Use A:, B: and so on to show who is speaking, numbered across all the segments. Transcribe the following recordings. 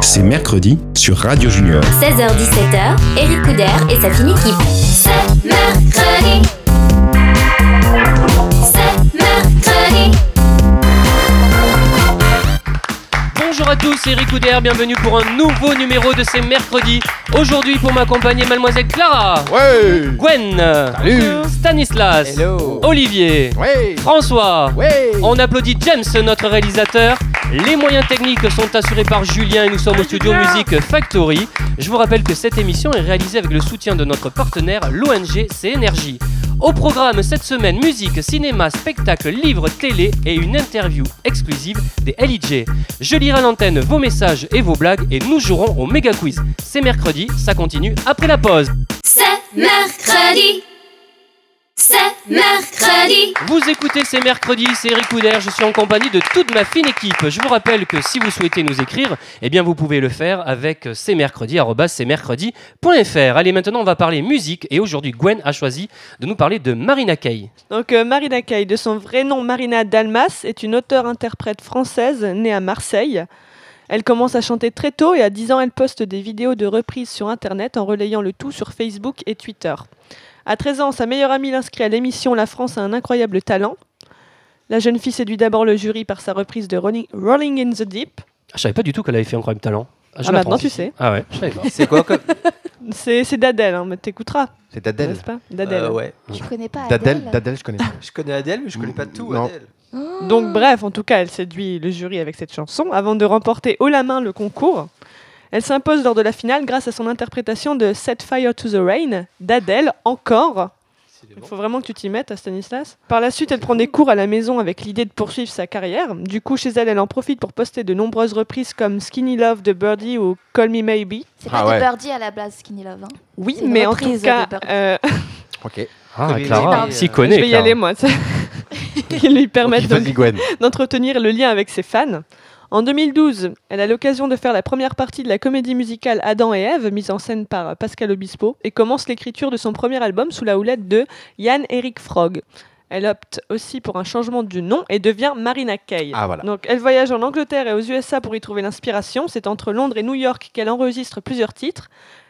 A: c'est mercredi sur Radio Junior.
B: 16h-17h, Eric Couder et sa fine équipe. C'est mercredi. C'est mercredi.
C: Bonjour à tous, c'est Eric Couder, bienvenue pour un nouveau numéro de ces mercredis. Aujourd'hui, pour m'accompagner, mademoiselle Clara,
D: Ouais
C: Gwen,
D: Salut.
C: Stanislas,
D: Hello.
C: Olivier,
D: Ouais
C: François.
D: Ouais
C: On applaudit James, notre réalisateur. Les moyens techniques sont assurés par Julien et nous sommes au studio Musique Factory. Je vous rappelle que cette émission est réalisée avec le soutien de notre partenaire, l'ONG CNRJ. Au programme cette semaine, musique, cinéma, spectacle, livre, télé et une interview exclusive des LIJ. Je lirai à l'antenne vos messages et vos blagues et nous jouerons au méga quiz. C'est mercredi, ça continue après la pause.
B: C'est mercredi. C'est mercredi.
C: Vous écoutez, c'est mercredi, c'est Eric Couder, je suis en compagnie de toute ma fine équipe. Je vous rappelle que si vous souhaitez nous écrire, eh bien vous pouvez le faire avec cmercredi.fr. Allez, maintenant on va parler musique et aujourd'hui Gwen a choisi de nous parler de Marina Kaye.
E: Donc euh, Marina Kaye, de son vrai nom Marina Dalmas, est une auteure-interprète française née à Marseille. Elle commence à chanter très tôt et à 10 ans, elle poste des vidéos de reprises sur Internet en relayant le tout sur Facebook et Twitter. À 13 ans, sa meilleure amie l'inscrit à l'émission La France a un incroyable talent. La jeune fille séduit d'abord le jury par sa reprise de Rolling, Rolling in the Deep.
C: Ah, Je savais pas du tout qu'elle avait fait un incroyable talent. je
E: Ah,
C: l'apprends.
E: maintenant, tu sais.
C: Ah ouais, je savais pas.
D: C'est quoi comme...
E: C'est c'est d'Adèle, hein, mais t'écouteras,
D: C'est Dadel
E: n'est-ce pas D'Adèle.
D: Euh, ouais.
F: Tu connais pas
D: Dadel,
F: Adèle
D: Dadel, je connais.
G: Je connais Adèle, mais Ah, je
D: Mm.
G: connais pas tout
D: Non.
G: Adèle.
E: Donc bref, en tout cas, elle séduit le jury avec cette chanson avant de remporter haut la main le concours. Elle s'impose lors de la finale grâce à son interprétation de Set Fire to the Rain d'Adèle encore. Il faut vraiment que tu t'y mettes à Stanislas. Par la suite, elle prend des cours à la maison avec l'idée de poursuivre sa carrière. Du coup, chez elle, elle en profite pour poster de nombreuses reprises comme Skinny Love de Birdie ou Call Me Maybe.
F: C'est
D: Ah
F: pas
D: ouais.
F: de Birdie à la place, Skinny Love. hein.
E: Oui,
F: C'est une
E: mais en tout
F: reprise
E: cas,
F: de Birdie.
E: euh,
D: Ok.
C: Ah,
G: Oui,
C: Clara,
G: oui,
C: s'y
G: euh,
E: je
C: connaît.
E: vais y
C: Clara.
E: aller moi. Qui lui permettent
D: Ok,
E: donc Ah,
D: Vas-y Gwen.
E: d'entretenir le lien avec ses fans. En 2012, elle a l'occasion de faire la première partie de la comédie musicale Adam et Ève, mise en scène par Pascal Obispo, et commence l'écriture de son premier album sous la houlette de Yann Eric Frog. Elle opte aussi pour un changement du nom et devient Marina Kaye.
D: Ah voilà.
E: Donc elle voyage en Angleterre et aux USA pour y trouver l'inspiration. C'est entre Londres et New York qu'elle enregistre plusieurs titres.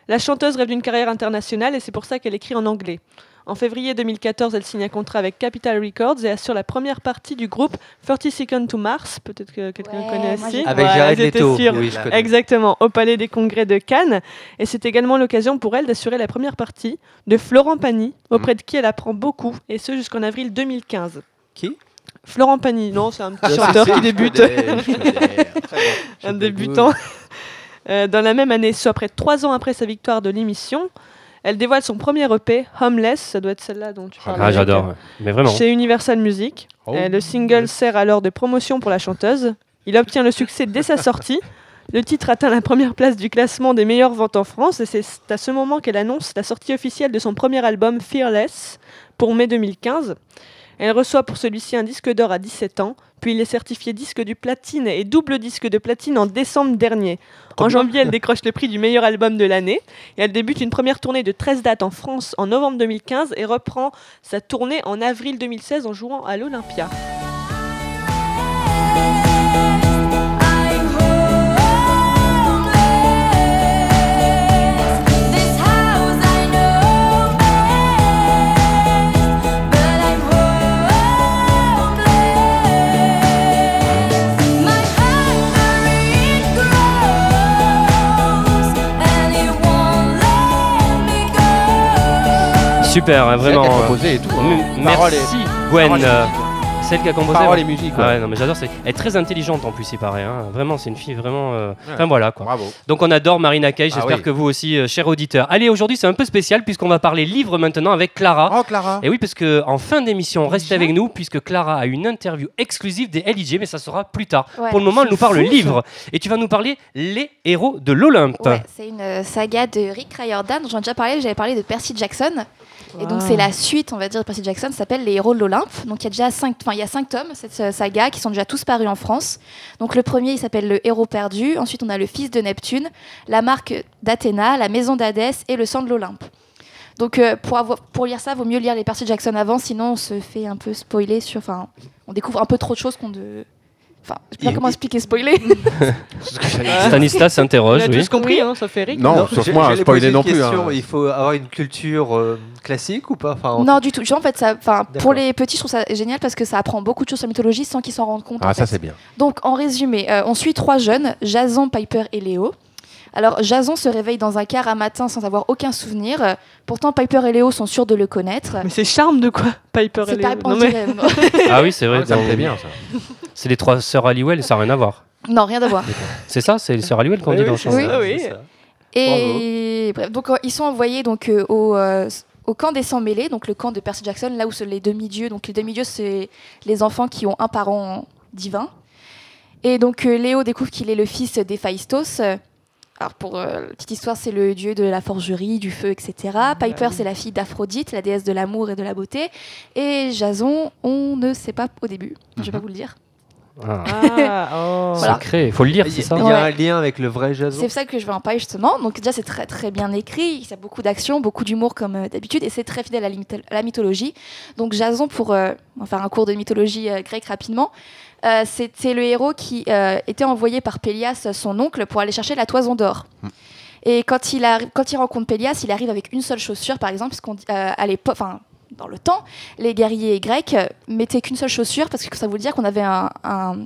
E: La chanteuse rêve d'une carrière internationale et c'est pour ça qu'elle écrit en anglais. En février 2014, elle signe un contrat avec Capital Records et assure la première partie du groupe 30 Seconds to Mars. Peut-être que quelqu'un
F: Ouais,
E: connaît
F: moi,
E: aussi.
F: j'ai-
G: Avec
E: Voilà,
G: Jared
E: j'étais
G: Leto.
E: sûre.
G: Oui, je connais.
E: Exactement, au Palais des Congrès de Cannes. Et c'est également l'occasion pour elle d'assurer la première partie de Florent Pagny, auprès de qui elle apprend beaucoup, et ce jusqu'en avril 2015.
G: Qui
E: Florent Pagny, non, c'est un petit
G: Je
E: chanteur
G: sais,
E: qui
G: je
E: débute.
G: connais, je connais. Très bon.
E: un débutant. Euh, dans la même année, soit près de trois ans après sa victoire de l'émission, elle dévoile son premier EP, Homeless, ça doit être celle-là dont tu parles.
C: Ah, j'adore.
E: Eric,
C: ouais. Mais vraiment.
E: Chez Universal Music.
D: Oh.
E: Euh, le single sert alors de promotion pour la chanteuse. Il obtient le succès dès sa sortie. Le titre atteint la première place du classement des meilleures ventes en France et c'est à ce moment qu'elle annonce la sortie officielle de son premier album Fearless pour mai 2015. Elle reçoit pour celui-ci un disque d'or à 17 ans, puis il est certifié disque du platine et double disque de platine en décembre dernier. En janvier, elle décroche le prix du meilleur album de l'année et elle débute une première tournée de 13 dates en France en novembre 2015 et reprend sa tournée en avril 2016 en jouant à l'Olympia.
C: Super, hein,
D: C'est elle qui a
C: vraiment.
D: composé et tout.
C: euh, m-
D: hein. Parole
C: Merci Gwen,
D: parole et
C: euh,
D: musique.
C: celle qui a composé.
D: Parole
C: ouais.
D: et musique.
C: Ah
D: ouais.
C: ouais, non mais j'adore, c'est- elle est très intelligente en plus il paraît, hein. vraiment c'est une fille vraiment... euh,
D: Ouais.
C: Enfin voilà quoi.
D: Bravo.
C: Donc on adore Marina Kaye,
D: Ah
C: j'espère
D: oui.
C: que vous aussi, euh, chers auditeurs. Allez, aujourd'hui c'est un peu spécial puisqu'on va parler livre maintenant avec Clara.
D: Oh Clara.
C: Et oui, parce que en fin d'émission, restez avec nous puisque Clara a une interview exclusive des LIJ, mais ça sera plus tard.
F: Ouais.
C: Pour le moment, elle nous parle
F: C'est fou,
C: livre et tu vas nous parler les héros de l'Olympe.
F: Ouais, c'est une euh, saga de Rick Riordan. J'en ai déjà parlé, j'avais parlé de Percy Jackson. Et donc, c'est la suite, on va dire, de Percy Jackson, ça s'appelle Les Héros de l'Olympe. Donc, il y a déjà cinq, enfin, il y a cinq tomes, cette euh, saga, qui sont déjà tous parus en France. Donc, le premier, il s'appelle Le Héros perdu. Ensuite, on a Le Fils de Neptune, La Marque d'Athéna, La Maison d'Hadès et Le Sang de l'Olympe. Donc, euh, pour, avoir- pour lire ça, vaut mieux lire les Percy Jackson avant, sinon on se fait un peu spoiler sur. Enfin, on découvre un peu trop de choses qu'on de. Enfin, je sais pas comment expliquer spoiler.
C: Stanislas
E: On
C: s'interroge,
E: a
C: oui.
E: tous compris,
F: Oui.
E: hein, sauf Eric.
D: Non, sauf
G: je-
D: moi,
G: j'allais
D: spoiler
G: poser
D: non
G: une
D: plus. hein.
G: question, Il faut avoir une culture euh, classique ou pas enfin, en-
F: Non, du tout. Genre, en fait, ça, enfin,
G: D'accord.
F: pour les petits, je trouve ça génial parce que ça apprend beaucoup de choses sur la mythologie sans qu'ils s'en rendent compte. en
D: Ah, ça
F: fait.
D: c'est bien.
F: Donc, en résumé, euh, on suit trois jeunes, Jason, Piper et Léo. Alors, Jason se réveille dans un car un matin sans avoir aucun souvenir. Euh, Pourtant, Piper et Léo sont sûrs de le connaître.
E: Mais c'est charme de quoi Piper et
F: C'est
E: les...
F: pas
E: Non,
F: on
E: mais-
F: dirait, non.
C: Ah oui, c'est vrai.
D: Ah, Ça me plaît
C: dans-
D: bien, ça.
C: C'est les trois sœurs Halliwell, ça n'a rien à voir.
F: Non, rien à voir.
C: C'est ça C'est les sœurs Halliwell qu'on
G: Oui,
C: dit
G: oui,
C: dans le
G: c'est
C: chanson
G: ça,
E: Oui.
G: c'est ça.
F: Et bref, donc euh, ils sont envoyés donc euh, au, euh, s- au camp des sans mêlés, donc le camp de Percy Jackson, là où se- les demi-dieux. Donc les demi-dieux, c'est les enfants qui ont un parent divin. Et donc euh, Léo découvre qu'il est le fils d'Héphaïstos. Euh, Alors pour euh, la petite histoire, c'est le dieu de la forgerie, du feu, etc.
E: Ah,
F: Piper, c'est la fille d'Aphrodite, la déesse de l'amour et de la beauté. Et Jason, on ne sait pas au début. Je vais pas vous le dire.
C: Ah,
E: Ah, oh.
F: Voilà.
C: Sacré, il faut le lire,
G: Il y
C: c'est
G: a-
C: ça
G: il y a un
F: Ouais.
G: lien avec le vrai Jason.
F: C'est pour ça que je vais en parler justement. Donc déjà c'est très très bien écrit, il y a beaucoup d'action, beaucoup d'humour comme euh, d'habitude et c'est très fidèle à la, mytho- à la mythologie. Donc Jason pour euh, on va faire un cours de mythologie euh, grecque rapidement, euh, c'était le héros qui euh, était envoyé par Pélias euh, son oncle pour aller chercher la toison d'or. Et quand il, arri- quand il rencontre Pélias, il arrive avec une seule chaussure par exemple parce qu'on dit- euh, à l'époque enfin dans le temps, les guerriers grecs euh, mettaient qu'une seule chaussure parce que ça voulait dire qu'on avait un- un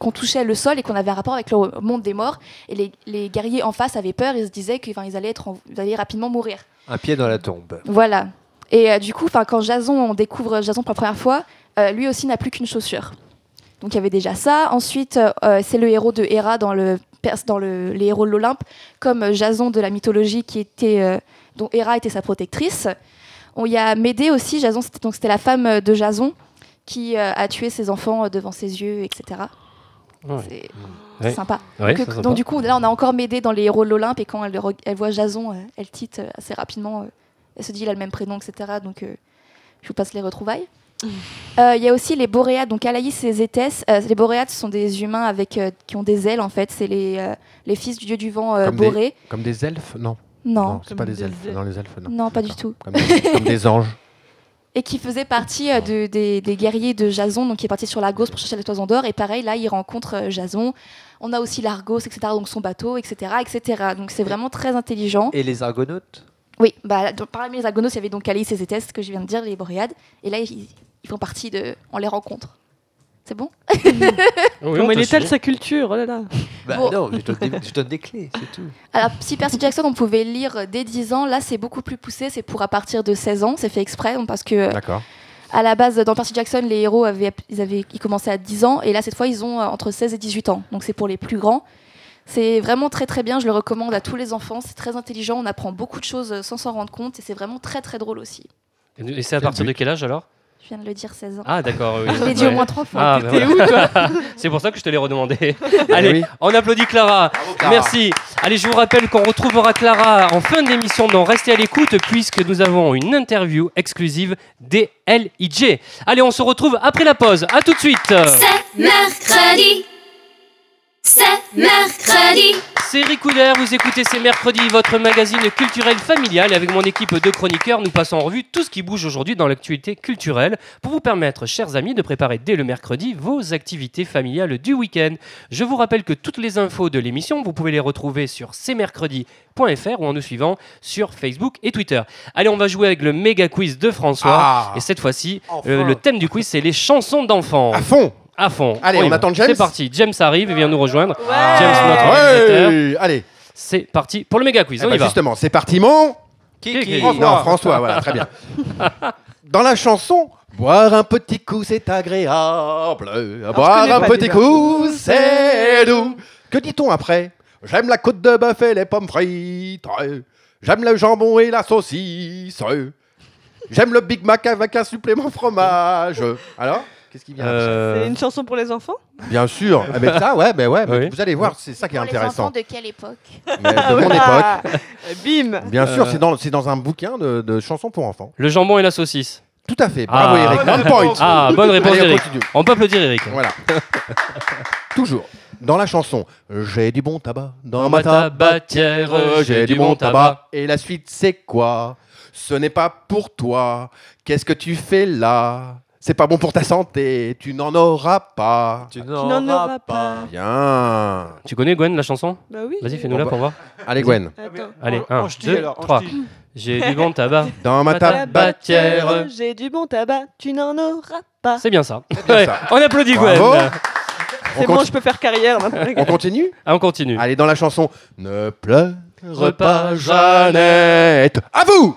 F: qu'on touchait le sol et qu'on avait un rapport avec le monde des morts et les, les guerriers en face avaient peur, ils se disaient qu'ils allaient, être en- ils allaient rapidement mourir.
G: Un pied dans la tombe.
F: Voilà. Et euh, du coup, 'fin, quand Jason, on découvre Jason pour la première fois, euh, lui aussi n'a plus qu'une chaussure. Donc il y avait déjà ça. Ensuite, euh, euh, c'est le héros de Hera dans, le, Perse- dans le, les héros de l'Olympe, comme euh, Jason de la mythologie qui était, euh, dont Hera était sa protectrice. On y a Médée aussi. Jason, c'était donc c'était la femme euh, de Jason qui euh, a tué ses enfants euh, devant ses yeux, etc.
C: Ouais.
F: C'est
C: Ouais.
F: Oh, sympa.
C: Ouais,
F: Que-
C: ça, ça
F: donc
C: va.
F: du coup, là, on a encore Médée dans les héros de l'Olympe et quand elle, re- elle voit Jason, euh, elle titre euh, assez rapidement. euh, elle se dit, il a le même prénom, etc. Donc euh, je vous passe les retrouvailles. Euh, Il y a aussi les boréades, donc Alaïs et Zétès. Euh, les boréades ce sont des humains avec, euh, qui ont des ailes en fait. C'est les, euh, les fils du dieu du vent euh,
D: Comme des-
F: Boré.
D: Comme des elfes Non.
F: Non.
D: c'est pas
E: Comme
D: des
E: des
D: elfes.
E: elfes.
D: Non, les elfes, non.
F: Non, pas du
D: D'accord.
F: tout.
D: Comme des- comme des anges.
F: Et qui faisait partie euh, de- des, des guerriers de Jason, donc qui est parti sur Largos pour chercher la toison d'or. Et pareil, là, il rencontre euh, Jason. On a aussi Largos, etc. Donc son bateau, etc. etc. Donc c'est vraiment très intelligent.
G: Et les Argonautes
F: Oui, bah, là, donc, parmi les Argonautes, il y avait donc Alice et Zétès, ce que je viens de dire, les Boréades. Et là, ils, ils font partie de. On les rencontre. C'est bon
D: Ah
C: Oui, on
E: Comment il
C: peut
E: étale
C: suivre.
E: sa culture, oh là là.
G: Bah
F: Bon.
G: non, je donne, des, je donne des clés, c'est tout.
F: Alors, si Percy Jackson, on pouvait lire dès 10 ans, là, c'est beaucoup plus poussé. C'est pour à partir de 16 ans. C'est fait exprès, donc, parce que euh,
D: D'accord.
F: à la base, dans Percy Jackson, les héros avaient, ils avaient ils commençaient à 10 ans. Et là, cette fois, ils ont euh, entre 16 et 18 ans. Donc, c'est pour les plus grands. C'est vraiment très très bien, je le recommande à tous les enfants, c'est très intelligent, on apprend beaucoup de choses euh, sans s'en rendre compte et c'est vraiment très très drôle aussi.
C: Et c'est à partir de quel âge alors
F: Je viens de le dire 16 ans.
C: Ah d'accord, oui.
F: je l'ai dit au
C: Ouais.
F: moins trois fois.
C: Ah, bah voilà. C'est pour ça que je te l'ai redemandé. Allez,
D: oui.
C: on applaudit Clara. Merci. Allez, je vous rappelle qu'on retrouvera Clara en fin d'émission. Donc restez à l'écoute puisque nous avons une interview exclusive des LIJ. Allez, on se retrouve après la pause. À tout de suite.
B: C'est mercredi. C'est mercredi.
C: C'est Ricoudère, vous écoutez C'est mercredi, votre magazine culturel familial. Et avec mon équipe de chroniqueurs, nous passons en revue tout ce qui bouge aujourd'hui dans l'actualité culturelle pour vous permettre, chers amis, de préparer dès le mercredi vos activités familiales du week-end. Je vous rappelle que toutes les infos de l'émission, vous pouvez les retrouver sur cmercredi.fr ou en nous suivant sur Facebook et Twitter. Allez, on va jouer avec le méga quiz de François.
D: Ah,
C: Et cette fois-ci,
D: Enfin.
C: euh, le thème du quiz, c'est les chansons d'enfants.
D: à fond
C: À fond.
D: Allez, on
C: y va.
D: attend James
C: C'est parti. James arrive et vient nous rejoindre. James, notre organisateur.
D: Ah, Ouais Allez,
C: C'est parti pour le méga quiz.
D: eh
C: On
D: ben
C: y va.
D: justement, c'est parti, mon
C: Kiki.
D: François. Non, François, voilà, très bien. Dans la chanson, boire un petit coup, c'est agréable.
E: connais
D: boire un
E: pas
D: petit
E: déjà.
D: coup, c'est doux. Que dit-on après J'aime la côte de bœuf et les pommes frites. J'aime le jambon et la saucisse. J'aime le Big Mac avec un supplément fromage. Alors Qu'est-ce qui vient après
E: C'est
C: Euh,
E: une chanson pour les enfants
D: Bien sûr. Ah, mais ça, ouais, mais ouais, mais
C: Oui.
D: vous allez voir, c'est ça qui est
F: Pour les enfants
D: intéressant.
F: de quelle époque
D: Mais de mon époque.
E: Ah, Bim
D: Bien sûr,
C: Euh.
D: c'est dans, c'est dans un bouquin de, de chansons pour enfants.
C: le jambon et la saucisse.
D: Tout à fait. Bravo,
C: Ah.
D: Eric. One point.
C: Ah, bonne réponse,
D: Allez, on
C: Eric.
D: continue.
C: On peut applaudir Eric.
D: Voilà. Toujours. Dans la chanson, j'ai du bon tabac dans ma tabatière,
C: tabatière,
D: j'ai du bon tabac. Et la suite, c'est quoi Ce n'est pas pour toi. Qu'est-ce que tu fais là C'est pas bon pour ta santé, tu n'en auras pas.
G: Tu
E: n'en auras pas.
D: Bien.
C: Tu connais Gwen la chanson
E: Bah oui.
C: Vas-y, fais-nous la
D: bah.
C: pour voir.
D: Allez, Gwen.
E: Attends. Oh,
C: Allez,
G: un,
C: 1, 2, 3. J'ai du bon tabac.
D: Dans ma table.
C: Tabatière.
E: J'ai du bon tabac, tu n'en auras pas.
C: C'est bien ça.
D: bien
C: Ouais,
D: ça.
C: On applaudit
D: Bravo.
C: Gwen.
D: On,
E: C'est bon,
D: conti-
E: je peux faire carrière maintenant. les gars.
D: on continue
C: Ah, on continue.
D: Allez, dans la chanson. Ne pleure
C: pas,
D: pas, Jeannette. À vous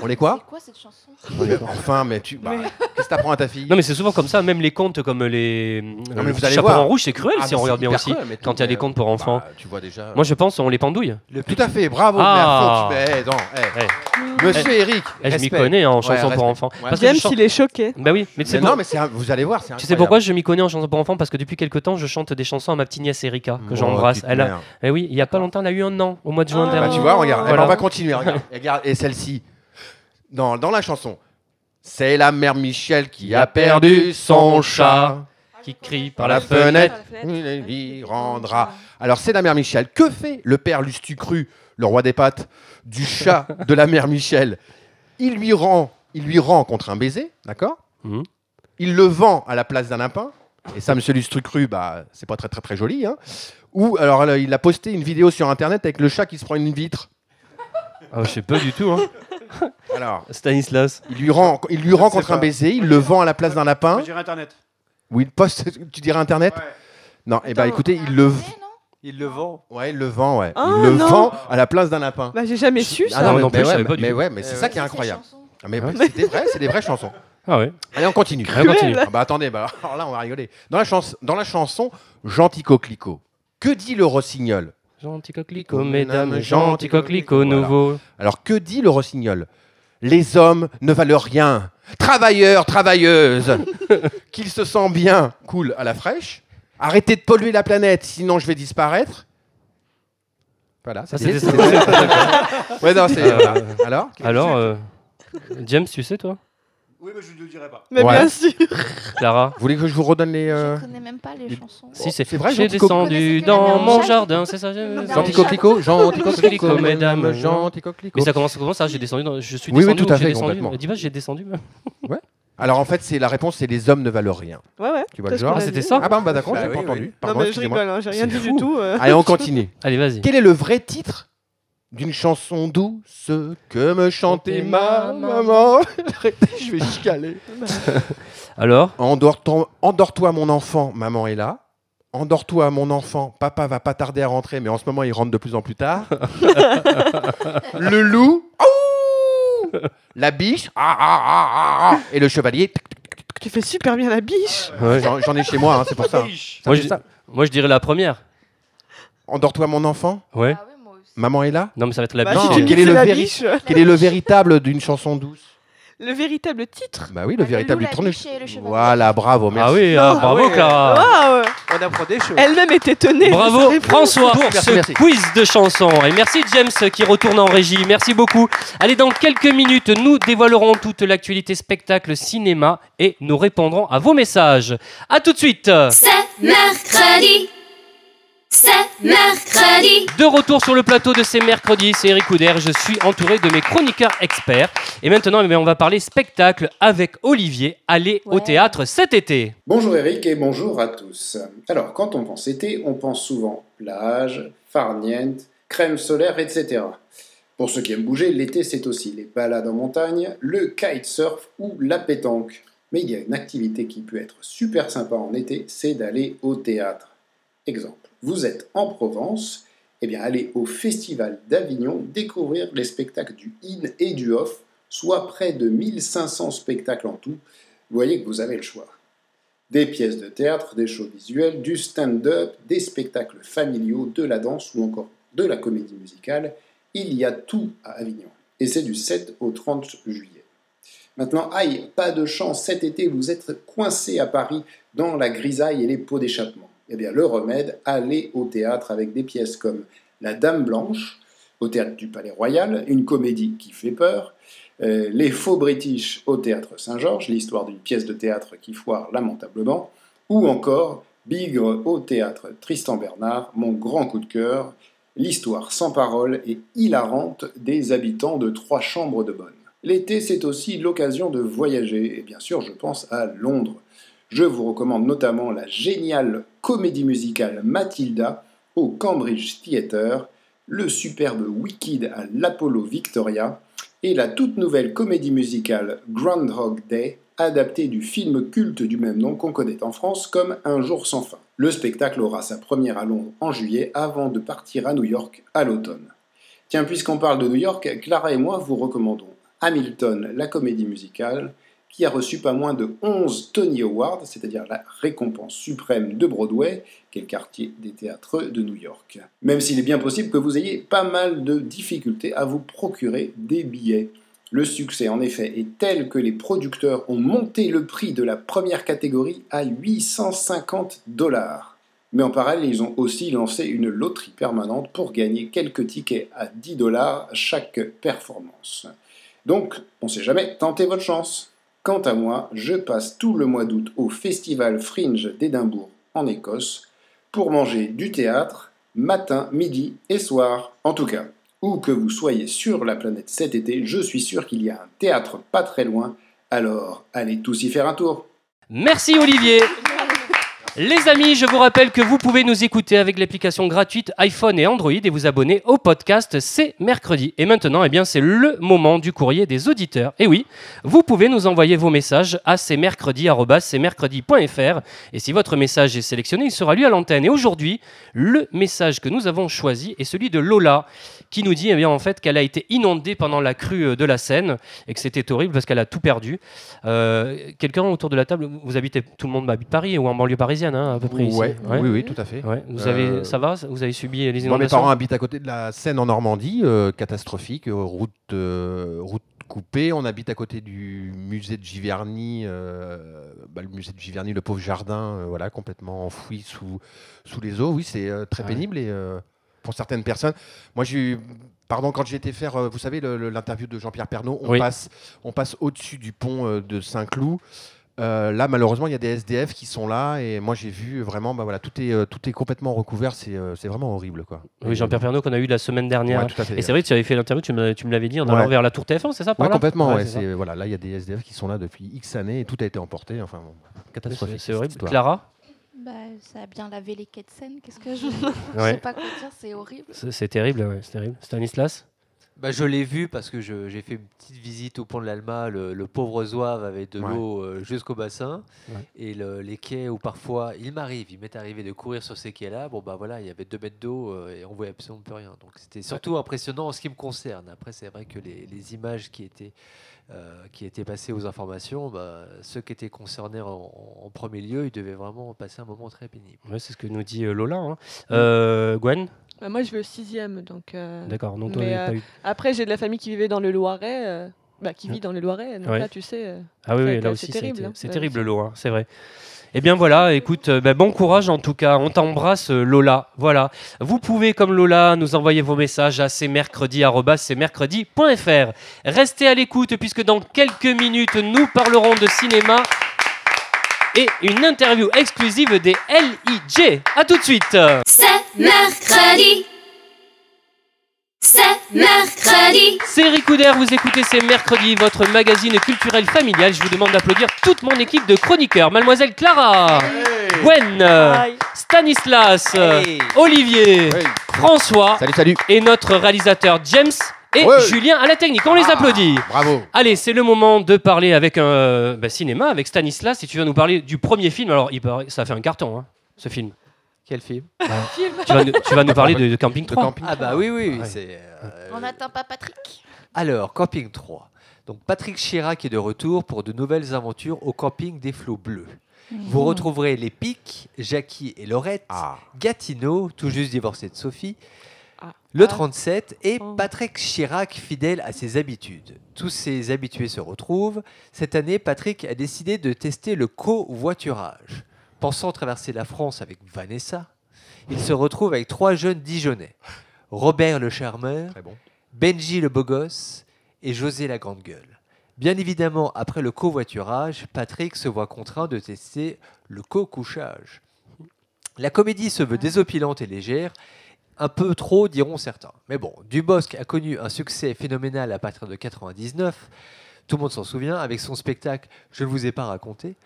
D: On les quoi
F: C'est quoi cette chanson
D: Enfin, mais tu. bah, Qu'est-ce que t'apprends à ta fille
C: Non mais c'est souvent comme ça, même les contes comme les
D: mais
C: le
D: vous allez
C: chaperon
D: voir.
C: rouge, c'est cruel
D: Ah,
C: si
D: mais
C: on
D: c'est
C: regarde bien
D: hyper
C: aussi.
D: cruel, mais
C: Quand il y a
D: tout,
C: des
D: mais-
C: contes pour enfants.
D: Bah, tu vois déjà.
C: Moi je pense on les pendouille.
D: Tout à fait, bravo. Eh,
C: Ah.
D: mais attends, tu- mais attends, hey.
E: Mm.
D: Monsieur Eric.
C: Eh, je m'y
D: respect.
C: connais en
D: Ouais,
C: chansons pour
D: respect.
C: enfants.
D: Ouais.
C: Parce que
E: James,
C: je chante-
E: il est choqué.
C: Bah oui, mais tu sais
D: Mais
C: pour-
D: non, mais c'est un- vous allez voir, c'est
C: Tu sais pourquoi je m'y connais en chansons pour enfants Parce que depuis quelques temps, je chante des chansons à ma petite nièce Erika,
D: Oh,
C: que j'embrasse. Elle a... Eh oui, il y a pas longtemps, elle a eu un an, au mois de juin
E: Ah.
D: Bah,
C: dernier.
D: tu vois, regarde,
C: Voilà.
D: Eh ben, on va continuer. Regarde, Et regarde, et celle-ci, dans, dans la chanson, c'est la mère Michel qui a perdu son chat.
C: Qui crie
D: Par
C: par
D: la
C: la
D: fenêtre,
C: fenêtre.
D: il
H: Ah,
D: la lui rendra. Alors, c'est la mère Michel. Que fait le père Lustu Cru, le roi des pattes, du chat de la mère Michel Il lui rend, il lui rend contre un baiser, d'accord
C: Mhm.
D: Il le vend à la place d'un lapin. Et ça, monsieur Lustrucru, bah, c'est pas très très très joli. Hein. Ou alors, elle- il a posté une vidéo sur internet avec le chat qui se prend une vitre.
C: Ah, je sais pas du tout, hein.
D: Alors,
C: Stanislas.
D: il lui rend, il lui rend
H: Je sais
D: contre un
H: pas.
D: baiser, il le vend à la place d'un
H: Moi,
D: lapin.
H: je dirais Internet.
D: Ou il poste, tu dirais internet
H: Ouais.
D: Non, et bah
E: Attends.
D: écoutez, il le,
F: Eh, non
G: Il le vend.
D: ouais, il le vend, ouais.
E: Ah,
D: il le
E: non.
D: vend à la place d'un lapin.
E: Bah, j'ai jamais su ça.
D: Ah
C: non,
D: mais-
C: non plus,
D: mais
C: je
D: ouais,
C: savais pas du
D: mais
C: tout.
D: ouais, mais c'est
G: Eh
D: ça
G: ouais.
D: qui est
F: cette
D: incroyable.
F: chanson
D: Ah, mais bah, c'est des vrais, c'est des vraies chansons.
C: Ah ouais.
D: Allez, on continue.
C: Allez, on continue.
D: Ah bah attendez, bah, alors là on va rigoler. Dans la, chans- dans la chanson Gentil Coquelicot, que dit le rossignol
C: Gentil coquelicot,
D: coquelicot,
C: mesdames,
D: mesdames,
C: gentil
D: gentil
C: coquelicot
D: coquelicot,
C: nouveau.
D: Alors que dit le rossignol Les hommes ne valent rien. Travailleurs, travailleuses, qu'ils se sentent bien, cool à la fraîche. Arrêtez de polluer la planète, sinon je vais disparaître. Voilà,
C: Ça,
D: c'était-
C: c'était ça.
D: Ouais, non, c'est-
C: Euh,
D: voilà. Alors
C: Alors, euh, James, tu sais, toi
H: Oui, mais je ne le dirai pas.
E: Mais
D: Ouais.
E: bien sûr.
C: Clara
D: Vous voulez que je vous redonne les. euh,
F: Je connais même pas les
D: il-
F: chansons.
C: Si, c'est
D: c'est vrai,
C: J'ai
D: gentil coquelicot.
F: Connaissez
C: descendu
F: que
C: dans
F: la
C: mon
F: Jeanne
C: jardin, c'est ça, j'ai-
F: Gentil
D: Gentil
C: Gentil
F: coquelicot.
D: coquelicot, gentil coquelicot,
C: mesdames,
D: mesdames,
C: gentil
D: gentil coquelicot.
C: Mais ça commence comment ça J'ai descendu dans... Je suis
D: Oui, oui,
C: descendu
D: tout
C: ou
D: à
C: j'ai
D: fait,
C: descendu
D: complètement.
C: Dis pas, j'ai descendu.
D: Alors en fait, c'est la réponse, c'est les hommes ne valent rien.
E: Ouais, ouais.
D: Tu vois
E: c'est
D: le
E: ce
D: genre
E: qu'on a
C: Ah, c'était
E: dit.
C: ça
D: Ah bah, bah d'accord,
G: Bah
D: j'ai
G: oui,
D: pas
G: oui.
D: entendu.
E: Non,
D: Pardon,
E: mais je
D: excusez-moi.
E: rigole, hein, j'ai rien
D: C'est
E: dit du
D: fou.
E: tout. euh.
D: Allez, on continue.
C: Allez, vas-y.
D: Quel est le vrai titre d'une chanson douce que me chantait ma maman Arrêtez, je vais chicaler.
C: Alors
D: Endors-toi, endors-toi, mon enfant, maman est là. Endors-toi, mon enfant, papa va pas tarder à rentrer, mais en ce moment, il rentre de plus en plus tard. le loup, Aouh la biche, Ah, ah, ah, ah, ah. et le chevalier. tic, tic, tic, tic.
E: Tu fais super bien la biche.
C: Ouais.
D: J'en j'en ai chez moi, hein, c'est pour ça.
H: Riche.
C: moi,
D: fait
C: je...
D: ça.
C: moi, je dirais la première.
D: Endors-toi, mon enfant,
C: Ouais.
F: Ah ouais, moi aussi.
D: maman est là.
C: Non, mais ça va être la
E: Bah,
D: non,
E: si
C: biche.
E: tu
D: quel
E: mixes
D: est le
E: la
D: véri-
E: biche,
D: Quel est le véritable d'une chanson douce
E: le véritable titre.
D: Bah oui, le
F: Ah, le
D: véritable
F: loup, la
D: tournage.
F: biche et le cheval.
D: Voilà, bravo, merci.
C: ah oui, ah,
E: Non,
C: bravo,
G: ouais.
C: Clara.
E: Waouh
G: On apprend des choses.
E: Elle-même est étonnée. de sa
C: Bravo
E: réponse.
C: François pour
D: Merci,
C: ce
D: merci.
C: quiz de chansons. Et merci James qui retourne en régie. Merci beaucoup. Allez, dans quelques minutes, nous dévoilerons toute l'actualité spectacle, cinéma et nous répondrons à vos messages. À tout de suite.
B: C'est mercredi. C'est mercredi.
C: De retour sur le plateau de ces mercredis, c'est Eric Couder. Je suis entouré de mes chroniqueurs experts. Et maintenant, eh bien, on va parler spectacle avec Olivier. Allez au
F: Ouais.
C: théâtre cet été.
I: Bonjour Eric et bonjour à tous. Alors, quand on pense été, on pense souvent plage, farniente, crème solaire, etc. Pour ceux qui aiment bouger, l'été c'est aussi les balades en montagne, le kitesurf ou la pétanque. Mais il y a une activité qui peut être super sympa en été, c'est d'aller au théâtre. Exemple, vous êtes en Provence, eh bien allez au Festival d'Avignon découvrir les spectacles du in et du off, soit près de 1500 spectacles en tout. Vous voyez que vous avez le choix des pièces de théâtre, des shows visuels, du stand-up, des spectacles familiaux, de la danse ou encore de la comédie musicale. Il y a tout à Avignon. Et c'est du 7 au 30 juillet. Maintenant, aïe, pas de chance, cet été vous êtes coincé à Paris dans la grisaille et les pots d'échappement. Eh bien, le remède, allez au théâtre avec des pièces comme La Dame Blanche, au théâtre du Palais Royal, une comédie qui fait peur, euh, Les faux british au théâtre Saint-Georges, l'histoire d'une pièce de théâtre qui foire lamentablement, ou encore Bigre au théâtre Tristan Bernard, mon grand coup de cœur, l'histoire sans parole et hilarante des habitants de trois chambres de bonne. L'été, c'est aussi l'occasion de voyager, et bien sûr, je pense à Londres. Je vous recommande notamment la géniale comédie musicale Matilda au Cambridge Theatre, le superbe Wicked à l'Apollo Victoria et la toute nouvelle comédie musicale Groundhog Day, adaptée du film culte du même nom qu'on connaît en France comme Un jour sans fin. Le spectacle aura sa première à Londres en juillet avant de partir à New York à l'automne. Tiens, puisqu'on parle de New York, Clara et moi vous recommandons Hamilton, la comédie musicale, qui a reçu pas moins de 11 Tony Awards, c'est-à-dire la récompense suprême de Broadway, qui est le quartier des théâtres de New York. Même s'il est bien possible que vous ayez pas mal de difficultés à vous procurer des billets. Le succès, en effet, est tel que les producteurs ont monté le prix de la première catégorie à 850 dollars. Mais en parallèle, ils ont aussi lancé une loterie permanente pour gagner quelques tickets à 10 dollars chaque performance. Donc, on sait jamais, tentez votre chance. Quant à moi, je passe tout le mois d'août au festival Fringe d'Édimbourg, en Écosse, pour manger du théâtre matin, midi et soir. En tout cas, où que vous soyez sur la planète cet été, je suis sûr qu'il y a un théâtre pas très loin, alors allez tous y faire un tour.
C: Merci Olivier. Les amis, je vous rappelle que vous pouvez nous écouter avec l'application gratuite iPhone et Android et vous abonner au podcast C'est mercredi. Et maintenant, eh bien, c'est le moment du courrier des auditeurs. Et oui, vous pouvez nous envoyer vos messages à cmercredi@cmercredi.fr et si votre message est sélectionné, il sera lu à l'antenne. Et aujourd'hui, le message que nous avons choisi est celui de Lola qui nous dit eh bien, en fait qu'elle a été inondée pendant la crue euh, de la Seine et que c'était horrible parce qu'elle a tout perdu. Euh, Quelqu'un autour de la table, vous habitez tout le monde habite Paris ou en banlieue parisienne hein, à peu près ici.
D: Ouais,
C: Ouais.
D: Oui, oui, tout à fait.
C: Ouais, vous avez,
D: Euh,
C: ça va ça- Vous avez subi les
D: Moi, mes
C: inondations
D: parents habitent à côté de la Seine en Normandie, euh, catastrophique, euh, route, euh, route coupée. On habite à côté du musée de Giverny, euh, bah, le musée de Giverny, le pauvre jardin, euh, voilà, complètement enfoui sous, sous les eaux. Oui, c'est euh, très
C: Ah ouais.
D: pénible et euh, pour certaines personnes. Moi, j'ai eu. Pardon, quand j'ai été faire, euh, vous savez, le- le- l'interview de Jean-Pierre Pernaud, on
C: Oui.
D: passe, on passe au-dessus du pont euh, de Saint-Cloud. Euh, là, malheureusement, il y a des SDF qui sont là et moi j'ai vu vraiment, bah voilà, tout est euh, tout est complètement recouvert, c'est euh, c'est vraiment horrible quoi.
C: Oui, Jean-Pierre Pernaud qu'on a eu la semaine dernière.
D: Ouais, tout à fait.
C: Et c'est vrai que tu avais fait l'interview, tu me, tu me l'avais dit, en
D: Ouais.
C: allant vers la Tour TF1, c'est ça par
D: Ouais,
C: là
D: complètement.
C: Ouais,
D: ouais,
C: c'est ça.
D: c'est- voilà, là il y a des SDF qui sont là depuis X années et tout a été emporté. Enfin, bon,
C: Oui,
D: catastrophique.
C: c'est- C'est
D: cette
C: horrible.
D: histoire.
C: Clara
F: Bah, ça a bien lavé les quais de Seine. Qu'est-ce que je.
C: Ouais.
F: sais pas quoi dire, c'est horrible.
C: C'est c'est terrible, ouais, c'est terrible. Stanislas
G: Bah, je l'ai vu parce que je- j'ai fait une petite visite au pont de l'Alma. Le, le pauvre zouave avait de
D: Ouais.
G: l'eau euh, jusqu'au bassin.
C: Ouais.
G: Et le- les quais où parfois, il m'arrive, il m'est arrivé de courir sur ces quais-là. Bon, bah voilà, il y avait deux mètres d'eau euh, et on voyait absolument plus rien. Donc c'était surtout impressionnant en ce qui me concerne. Après, c'est vrai que les, les images qui étaient, euh, qui étaient passées aux informations, bah, ceux qui étaient concernés en, en premier lieu, ils devaient vraiment passer un moment très pénible.
C: Ouais, C'est ce que nous dit euh, Lola. hein. Euh, Gwen
E: Bah, moi, je vais au sixième, donc. euh,
C: D'accord, donc toi,
E: Mais,
C: t'as
E: euh,
C: eu-
E: Après, j'ai de la famille qui vivait dans le Loiret, euh, bah, qui
C: Ouais.
E: vit dans le Loiret. Donc
C: Ah. Ouais.
E: là, tu sais. euh,
C: Ah oui,
E: ça a
C: oui,
E: été-
C: là
E: c'est
C: aussi, ça a
E: terrible,
C: été-
E: hein.
C: c'est
E: Ouais,
C: terrible,
E: c'est-
C: l'eau, hein, c'est vrai. Eh bien voilà, écoute, euh, ben, bon courage en tout cas. On t'embrasse, euh, Lola. Voilà. Vous pouvez, comme Lola, nous envoyer vos messages à cmercredi.fr. Restez à l'écoute puisque dans quelques minutes, nous parlerons de cinéma et une interview exclusive des LIJ. À tout de suite.
B: C'est mercredi. C'est mercredi.
C: C'est Ricoudère, vous écoutez C'est Mercredi, votre magazine culturel familial. Je vous demande d'applaudir toute mon équipe de chroniqueurs. Mademoiselle Clara, Gwen, euh,
E: aïe.
C: Stanislas, euh,
G: Hey.
C: Olivier,
D: Hey.
C: François
D: Salut, salut.
C: et notre réalisateur James et
D: Ouais.
C: Julien à la technique. On les
D: Ah,
C: applaudit.
D: Bravo.
C: Allez, c'est le moment de parler avec un euh, bah, cinéma, avec Stanislas. Si tu veux nous parler du premier film, alors il paraît- ça a fait un carton, hein, ce film.
G: Quel film
C: Tu vas, nous- tu vas nous parler
D: bah,
C: de, de Camping 3.
D: camping.
G: Ah, bah oui, oui, oui,
C: Ouais.
G: c'est. euh,
F: On n'atteint pas Patrick.
G: Alors, Camping 3. Donc, Patrick Chirac est de retour pour de nouvelles aventures au camping des flots bleus.
E: Mmh.
G: Vous retrouverez les Pics, Jackie et Laurette,
D: Ah.
G: Gatineau, tout juste divorcé de Sophie,
E: Ah.
G: le
E: Ah.
G: 37 et
E: Oh.
G: Patrick Chirac, fidèle à ses habitudes. Tous ses habitués se retrouvent. Cette année, Patrick a décidé de tester le covoiturage. Pensant traverser la France avec Vanessa, il se retrouve avec trois jeunes Dijonnais. Robert le Charmeur,
D: Très bon.
G: Benji le beau gosse et José la grande gueule. Bien évidemment, après le covoiturage, Patrick se voit contraint de tester le co-couchage. La comédie se veut désopilante et légère, un peu trop diront certains. Mais bon, Dubosc a connu un succès phénoménal à partir de 99. Tout le monde s'en souvient, avec son spectacle Je ne vous ai pas raconté.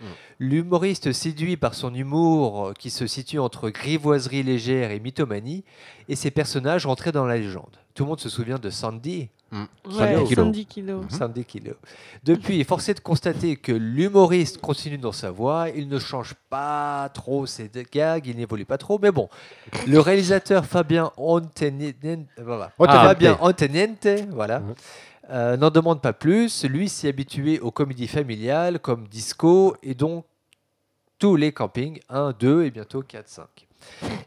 G: L'humoriste séduit par son humour euh, qui se situe entre grivoiserie légère et mythomanie, et ses personnages rentraient dans la légende. Tout le monde se souvient de Sandy,
E: Ouais,
G: Kilo.
E: 70 kilos.
D: Mhm.
G: Sandy Kilo. Depuis, forcé de constater que l'humoriste continue dans sa voie, il ne change pas trop ses de- gags, il n'évolue pas trop, mais bon, le réalisateur Fabien Anteniente, voilà,
C: Ah,
G: Fabien Anteniente, voilà,
D: Mhm.
G: euh, n'en demande pas plus. Lui s'est habitué aux comédies familiales comme Disco et donc tous les campings 1, 2 et bientôt 4, 5.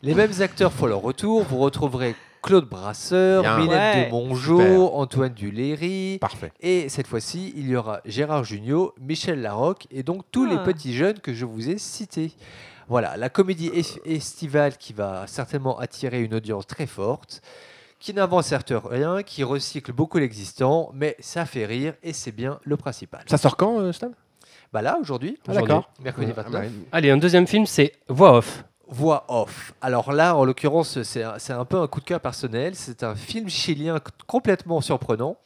G: Les mêmes acteurs font leur retour. Vous retrouverez Claude Brasseur,
D: Bien.
G: Mylène
E: Ouais.
G: de Mongeau,
D: Super.
G: Antoine Duléry.
D: Parfait.
G: Et cette fois-ci, il y aura Gérard Jugnot, Michel Larocque et donc tous
E: Ah.
G: les petits jeunes que je vous ai cités. Voilà, la comédie es- estivale qui va certainement attirer une audience très forte, qui n'avance certes rien, qui recycle beaucoup l'existant, mais ça fait rire et c'est bien le principal.
D: Ça sort quand, euh, Stan
G: Bah là, aujourd'hui,
D: Ah,
G: aujourd'hui,
D: d'accord.
G: mercredi
D: Ah,
G: 29,
D: bah,
C: Allez, un deuxième film, c'est Voix off.
G: voix off. Alors là, en l'occurrence, c'est un, c'est un peu un coup de cœur personnel. C'est un film chilien c- complètement surprenant.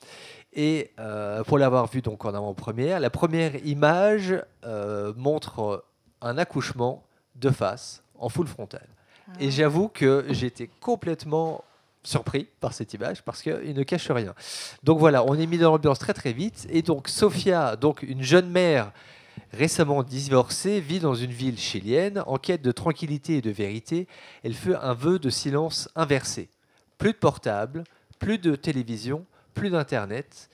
G: Et euh, pour l'avoir vu donc en avant-première, la première image euh, montre euh, un accouchement de face en full frontal.
F: Ah.
G: Et j'avoue que j'étais complètement surpris par cette image parce qu'il ne cache rien. Donc voilà, on est mis dans l'ambiance très très vite. Et donc Sofia, donc une jeune mère récemment divorcée, vit dans une ville chilienne en quête de tranquillité et de vérité. Elle fait un vœu de silence inversé. Plus de portable, plus de télévision, plus d'internet,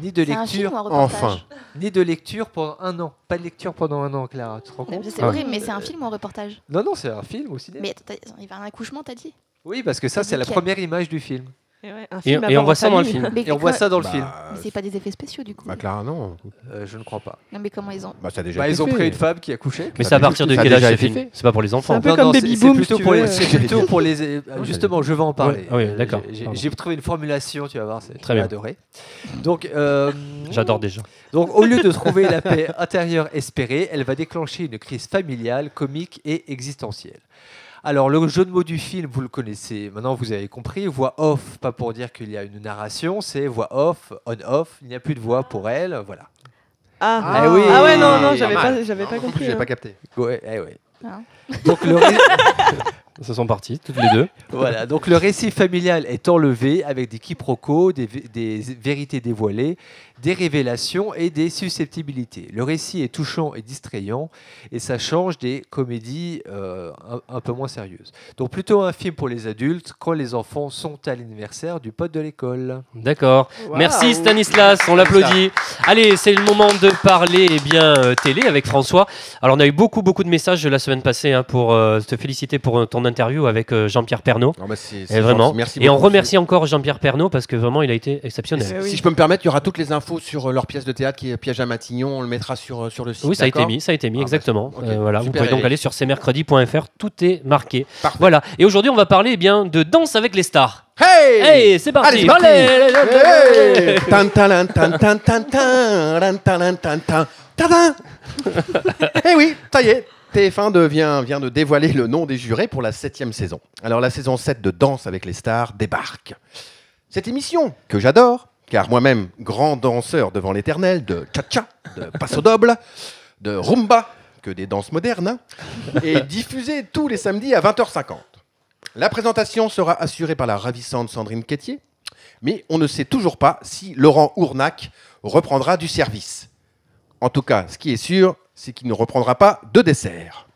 G: ni de
F: C'est un film
G: lecture,
F: ou un reportage
D: Enfin.
G: ni de lecture pendant un an. Pas de lecture pendant un an, Clara. Tu te rends
F: Ah, Mais
G: compte
F: C'est horrible, mais c'est un film ou un reportage
G: Non, Ah non, c'est un film aussi.
F: Mais attends, t'as- il y a un accouchement, t'as dit
G: Oui, parce que ça,
F: C'est
G: c'est la
F: nickel.
G: première image du film.
E: Et, ouais, un
C: Et,
E: film
C: et
E: à
C: on
E: voir en
C: voit ça dans le
E: famille.
C: film.
F: mais
G: Et on voit
F: comment-
G: ça dans le
D: bah,
G: film.
F: Mais c'est pas des effets spéciaux du coup.
D: Bah, Clara, non.
G: Euh, je ne crois pas.
F: Non, mais comment ils ont.
D: Bah, ça a déjà
G: Bah,
D: été
G: ils ont
D: fait.
G: pris une femme qui a couché.
C: Mais
D: Ça
C: c'est à
D: a déjà
C: partir de
D: été
C: quel
D: fait.
C: âge
D: Ça a
C: ce
D: déjà été
C: film
D: fait.
C: C'est pas pour les enfants. Ah,
E: un peu
G: Non,
E: comme
G: non, c'est-
E: Baby
G: c'est
E: Boom,
G: plutôt
E: si
G: pour
E: tu
G: les-
E: veux.
G: C'est plutôt pour les. euh, Justement, je vais en parler.
C: Ouais, ah oui,
G: Euh,
C: d'accord.
G: j'ai-
C: Pardon.
G: J'ai trouvé une formulation, tu vas voir, c'est
C: Très
G: j'ai
C: bien.
G: adoré. Donc, euh,
C: J'adore déjà.
G: Donc, au lieu de trouver la paix intérieure espérée, elle va déclencher une crise familiale, comique et existentielle. Alors, le jeu de mots du film, vous le connaissez, maintenant vous avez compris. Voix off, pas pour dire qu'il y a une narration, c'est voix off, on-off, il n'y a plus de voix pour elle, voilà.
E: Ah.
G: Ah oui.
E: Ah ouais, non, non,
G: Pas
E: j'avais
D: mal.
E: pas, j'avais pas compris.
D: J'ai
E: hein.
D: pas capté.
G: Ouais, eh ouais.
F: Ah.
G: Donc, le, ré-
C: Ça sont partis, toutes les deux.
G: Voilà, donc le récit familial est enlevé avec des quiproquos, des, vé- des vérités dévoilées, des révélations et des susceptibilités. Le récit est touchant et distrayant et ça change des comédies euh, un, un peu moins sérieuses. Donc plutôt un film pour les adultes quand les enfants sont à l'anniversaire du pote de l'école.
C: D'accord.
E: Waouh.
C: Merci Stanislas, on l'applaudit. Allez, c'est le moment de parler eh bien euh, télé avec François. Alors on a eu beaucoup beaucoup de messages la semaine passée hein, pour euh, te féliciter pour euh, ton interview avec euh, Jean-Pierre Pernaud.
G: Ah,
D: Non, bah, c'est-
C: Et
D: c'est
C: vraiment.
D: gentil. Merci
C: et on
D: beaucoup.
C: remercie encore Jean-Pierre Pernaud parce que vraiment il a été
D: Si-
C: exceptionnel.
E: Eh oui.
D: Si je peux me permettre, il y aura toutes les infos sur euh, leur pièce de théâtre qui est Piège à Matignon. On le mettra sur, euh, sur le site.
C: Oui, ça a été
D: d'accord
C: mis, ça a été mis,
D: Ah, bah,
C: exactement.
D: ok.
C: Euh, voilà, vous
D: Super,
C: pouvez donc
D: Eric.
C: aller sur cmercredi.fr, tout est marqué.
D: Parfait.
C: Voilà. Et aujourd'hui, on va parler eh bien de danse avec les stars.
D: Hey,
C: Hey, c'est parti.
D: Allez, c'est parti.
C: Allez, allez, allez, allez.
D: Hey Tan, talan, tan, tan, tan, tan, ran, talan, tan, tan, tadin. Eh oui, ça y est. TF1 devient, vient de dévoiler le nom des jurés pour la septième saison. Alors la saison 7 de Danse avec les stars débarque. Cette émission, que j'adore, car moi-même, grand danseur devant l'éternel, de cha-cha, de passo doble, de rumba, que des danses modernes, hein, est diffusée tous les samedis à 20h50. La présentation sera assurée par la ravissante Sandrine Quétier, mais on ne sait toujours pas si Laurent Ournac reprendra du service. En tout cas, ce qui est sûr, c'est qu'il ne reprendra pas de dessert.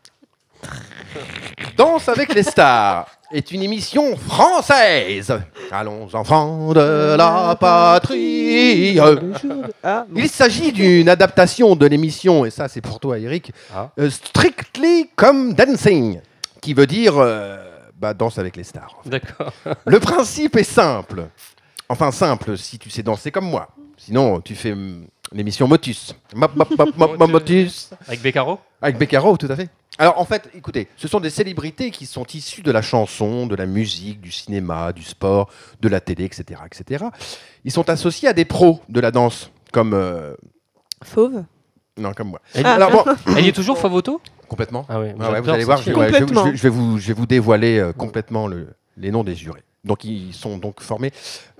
D: Danse avec les stars est une émission française. Allons enfants de la patrie.
E: Ah,
D: Il s'agit d'une adaptation de l'émission, et ça c'est pour toi Eric,
C: Ah.
D: euh, Strictly Come Dancing, qui veut dire euh, bah, danse avec les stars.
C: D'accord.
D: Le principe est simple. Enfin, simple, si tu sais danser comme moi. Sinon, tu mm, fais hum, l'émission Motus. Mop, mop, mop, mop, mop, Motus.
C: Avec Beccaro
D: Avec Beccaro, tout à fait. Alors en fait, écoutez, ce sont des célébrités qui sont issues de la chanson, de la musique, du cinéma, du sport, de la télé, etc. etc. Ils sont associés à des pros de la danse, comme... euh,
E: Fauve.
D: Non, comme moi.
C: Elle,
D: Alors bon,
C: elle y est toujours, Favoto
D: complètement.
C: Ah ouais,
D: Ah ouais,
C: j'adore
D: vous allez
C: cette
D: voir, je vais,
C: série.
D: ouais, je vais-
E: Complètement.
D: je vais- je vais vous, je vais vous dévoiler euh, complètement le- les noms des jurés. Donc ils sont donc formés.